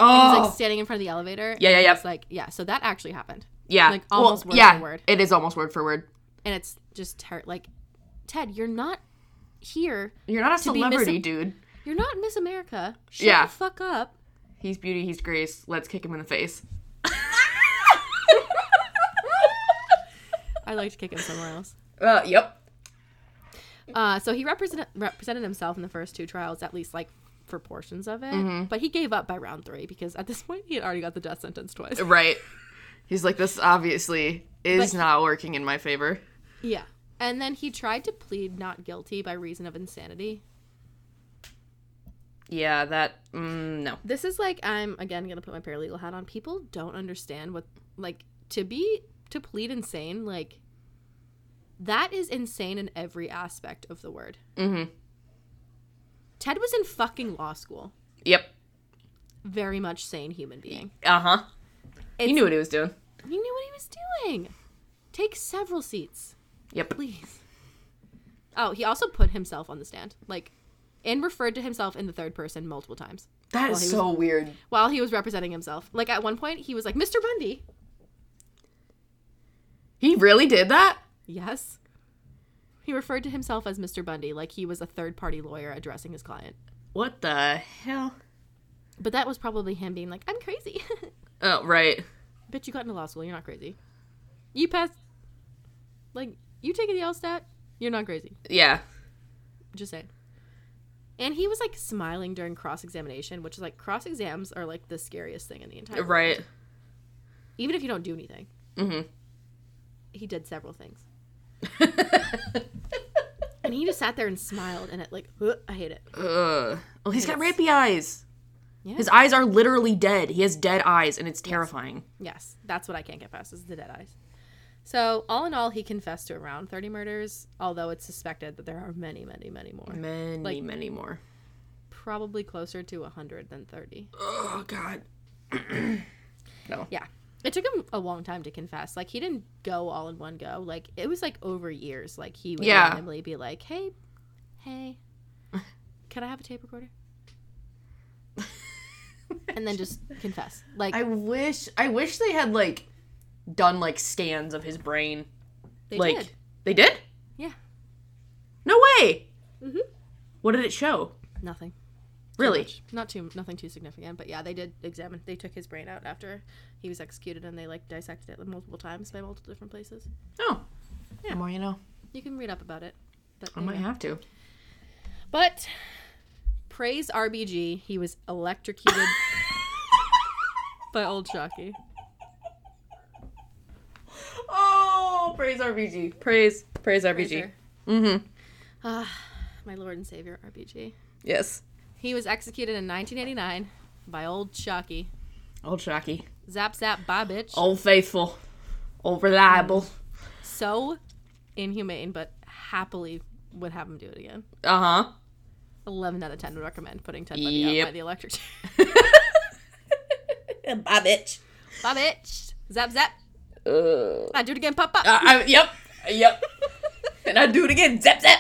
B: Oh,
A: He's like standing in front of the elevator.
B: Yeah, yeah,
A: and
B: yeah.
A: It's like yeah. So that actually happened,
B: yeah.
A: like,
B: Well,
A: almost word
B: yeah,
A: for word.
B: It is almost word for word.
A: and it's just ter- like, Ted, you're not here.
B: You're not a
A: be
B: celebrity,
A: misin-
B: dude.
A: You're not Miss America. Shut
B: Yeah.
A: the fuck up.
B: He's beauty, he's grace. Let's kick him in the face.
A: I'd like to kick him somewhere else.
B: uh, yep.
A: Uh, so he represented represented himself in the first two trials, at least like for portions of it. But he gave up by round three because at this point he had already got the death sentence twice.
B: Right. He's like, this obviously is
A: But-
B: not working in my favor.
A: Yeah. And then he tried to plead not guilty by reason of insanity.
B: Yeah, that. Mm, no.
A: This is like I'm again gonna put my paralegal hat on. People don't understand what like to be to plead insane, like that is insane in every aspect of the word.
B: Mm-hmm.
A: Ted was in fucking law school.
B: Yep.
A: Very much sane human being.
B: Uh huh. He
A: It's-
B: knew what he was doing.
A: He knew what he was doing. Take several seats,
B: Yep.
A: please. Oh, he also put himself on the stand, like, and referred to himself in the third person multiple times
B: That
A: he
B: is
A: was-
B: so weird.
A: while he was representing himself. Like at one point, he was like, "Mr. Bundy."
B: He really did that?
A: Yes. He referred to himself as Mr. Bundy, like he was a third party lawyer addressing his client.
B: What the hell?
A: But that was probably him being like, "I'm crazy."
B: Oh, right.
A: Bitch, you got into law school. You're not crazy. You passed. Like you taking the LSAT. You're not crazy.
B: Yeah.
A: Just saying. And he was like smiling during cross examination, which is like cross exams are like the scariest thing in the entire world.
B: Right.
A: Even if you don't do anything,
B: Mm
A: he did several things,
B: hmm.
A: and he just sat there and smiled, and it like I hate it.
B: Ugh. Oh, he's got
A: Yes.
B: rapey eyes.
A: Yeah.
B: His eyes are literally dead. He has dead eyes, and it's terrifying.
A: Yes, that's what I can't get past is the dead eyes. So all in all, he confessed to around thirty murders, although it's suspected that there are many, many, many more.
B: Many,
A: Like-
B: many more.
A: Probably closer to hundred than thirty.
B: Oh God.
A: Yeah. It took him a long time to confess. Like he didn't go all in one go. Like it was like over years. Like he would
B: Yeah.
A: randomly be like, "Hey, hey, can I have a tape recorder?" and then just confess. Like
B: I wish. I wish they had like done like scans of his brain.
A: they
B: like
A: did.
B: they did.
A: Yeah.
B: No way.
A: Mhm.
B: Mm-hmm. What did it show?
A: Nothing.
B: Really?
A: Not too nothing too significant, but yeah, they did examine. They took his brain out after he was executed and they like dissected it multiple times by multiple different places.
B: Oh.
A: Yeah.
B: The more you know.
A: You can read up about it. But
B: I
A: there you
B: might
A: go.
B: have to.
A: But praise RBG, he was electrocuted by old Shockey.
B: Oh, praise RBG. Praise, praise
A: Razor.
B: RBG. Mm-hmm.
A: Ah, my lord and savior RBG.
B: Yes.
A: He was executed in 1989 by old Shockey.
B: Old Shocky.
A: Zap zap bye bitch.
B: Old faithful. Old reliable.
A: So inhumane, but happily would have him do it again.
B: Uh huh.
A: 11 out of 10 would recommend putting Ted Bundy
B: Yep.
A: out by the electric chair.
C: Bye, bitch.
A: bye bitch. Zap zap.
B: Uh,
A: I do it again. Pop pop.
B: I, yep. Yep. and I do it again. Zap zap.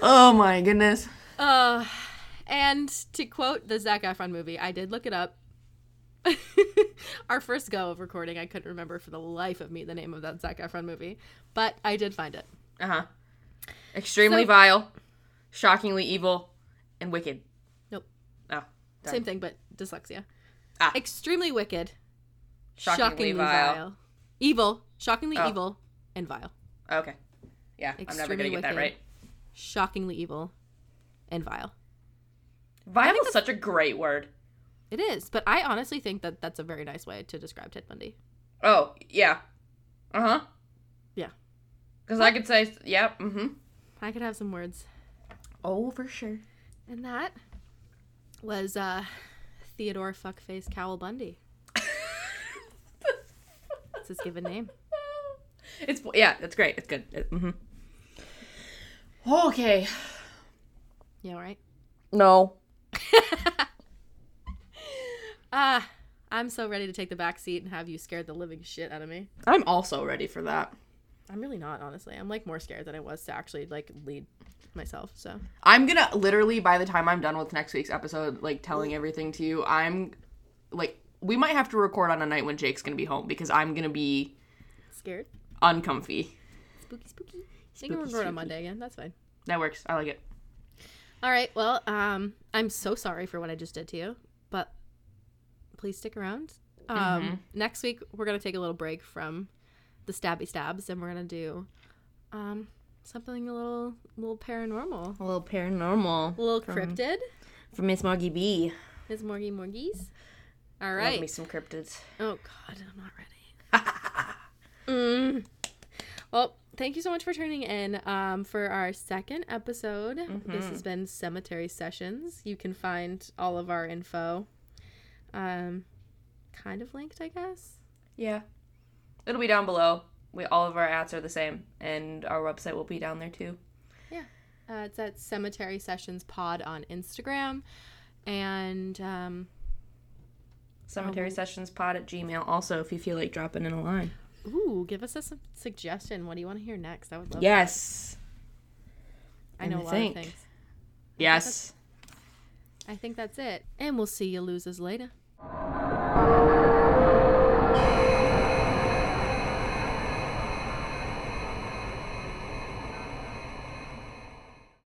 B: oh my goodness.
A: Uh, and to quote the Zac Efron movie, I did look it up. Our first go of recording, I couldn't remember for the life of me the name of that Zac Efron movie, but I did find it.
B: Uh huh. Extremely
A: So-
B: vile, shockingly evil, and wicked.
A: Nope.
B: Oh. Done.
A: Same thing, but dyslexia.
B: Ah.
A: Extremely wicked,
B: Shockingly, vile.
A: evil, shockingly
B: Oh.
A: evil, and vile.
B: Okay. Yeah, I'm never gonna
A: Extremely
B: get that
A: wicked.
B: right.
A: Shockingly evil, and vile.
B: Vile is such a great word.
A: It is, but I honestly think that that's a very nice way to describe Ted Bundy.
B: Oh yeah. Uh huh.
A: Yeah.
B: Because I could say yeah. Mm-hmm.
A: I could have some words
B: Oh, for sure.
A: And that was uh, Theodore Fuckface Cowell Bundy. It's his given name.
B: It's yeah. That's great. It's good. mm-hmm. Okay.
A: Yeah, right.
B: No.
A: Ah, I'm so ready to take the back seat and have you scared the living shit out of me.
B: I'm also ready for that.
A: I'm really not, honestly. I'm like more scared than I was to actually like lead myself. So
B: I'm gonna literally by the time I'm done with next week's episode, like telling everything to you, I'm like we might have to record on a night when Jake's gonna be home because I'm gonna be
A: scared,
B: uncomfy.
A: spooky, spooky. I think we're going on Monday again. That's fine.
B: That works. I like it.
A: All right. Well, um, I'm so sorry for what I just did to you, but please stick around. Um,
B: Mm-hmm.
A: next week we're gonna take a little break from the stabby stabs, and we're gonna do um something a little, little paranormal,
B: A little paranormal
A: a little cryptid.
B: from Miss Moggy B.
A: Ms. Morgie Morgies. All
B: Love
A: right.
B: me some cryptids.
A: Oh God, I'm not ready. mm. Well, thank you so much for tuning in um, for our second episode. This has been Cemetery Sessions. You can find all of our info, um, kind of linked, I guess.
B: Yeah. It'll be down below. We all of our ads are the same, and our website will be down there too.
A: Uh, it's at Cemetery Sessions Pod on Instagram, and um,
B: Cemetery Sessions Pod at Gmail. Also, if you feel like dropping in a line.
A: ooh, give us a su- suggestion. What do you want to hear next? I would love.
B: Yes.
A: I know a
B: I
A: lot
B: think.
A: of things.
B: Yes.
A: I think that's it, and we'll see you losers later.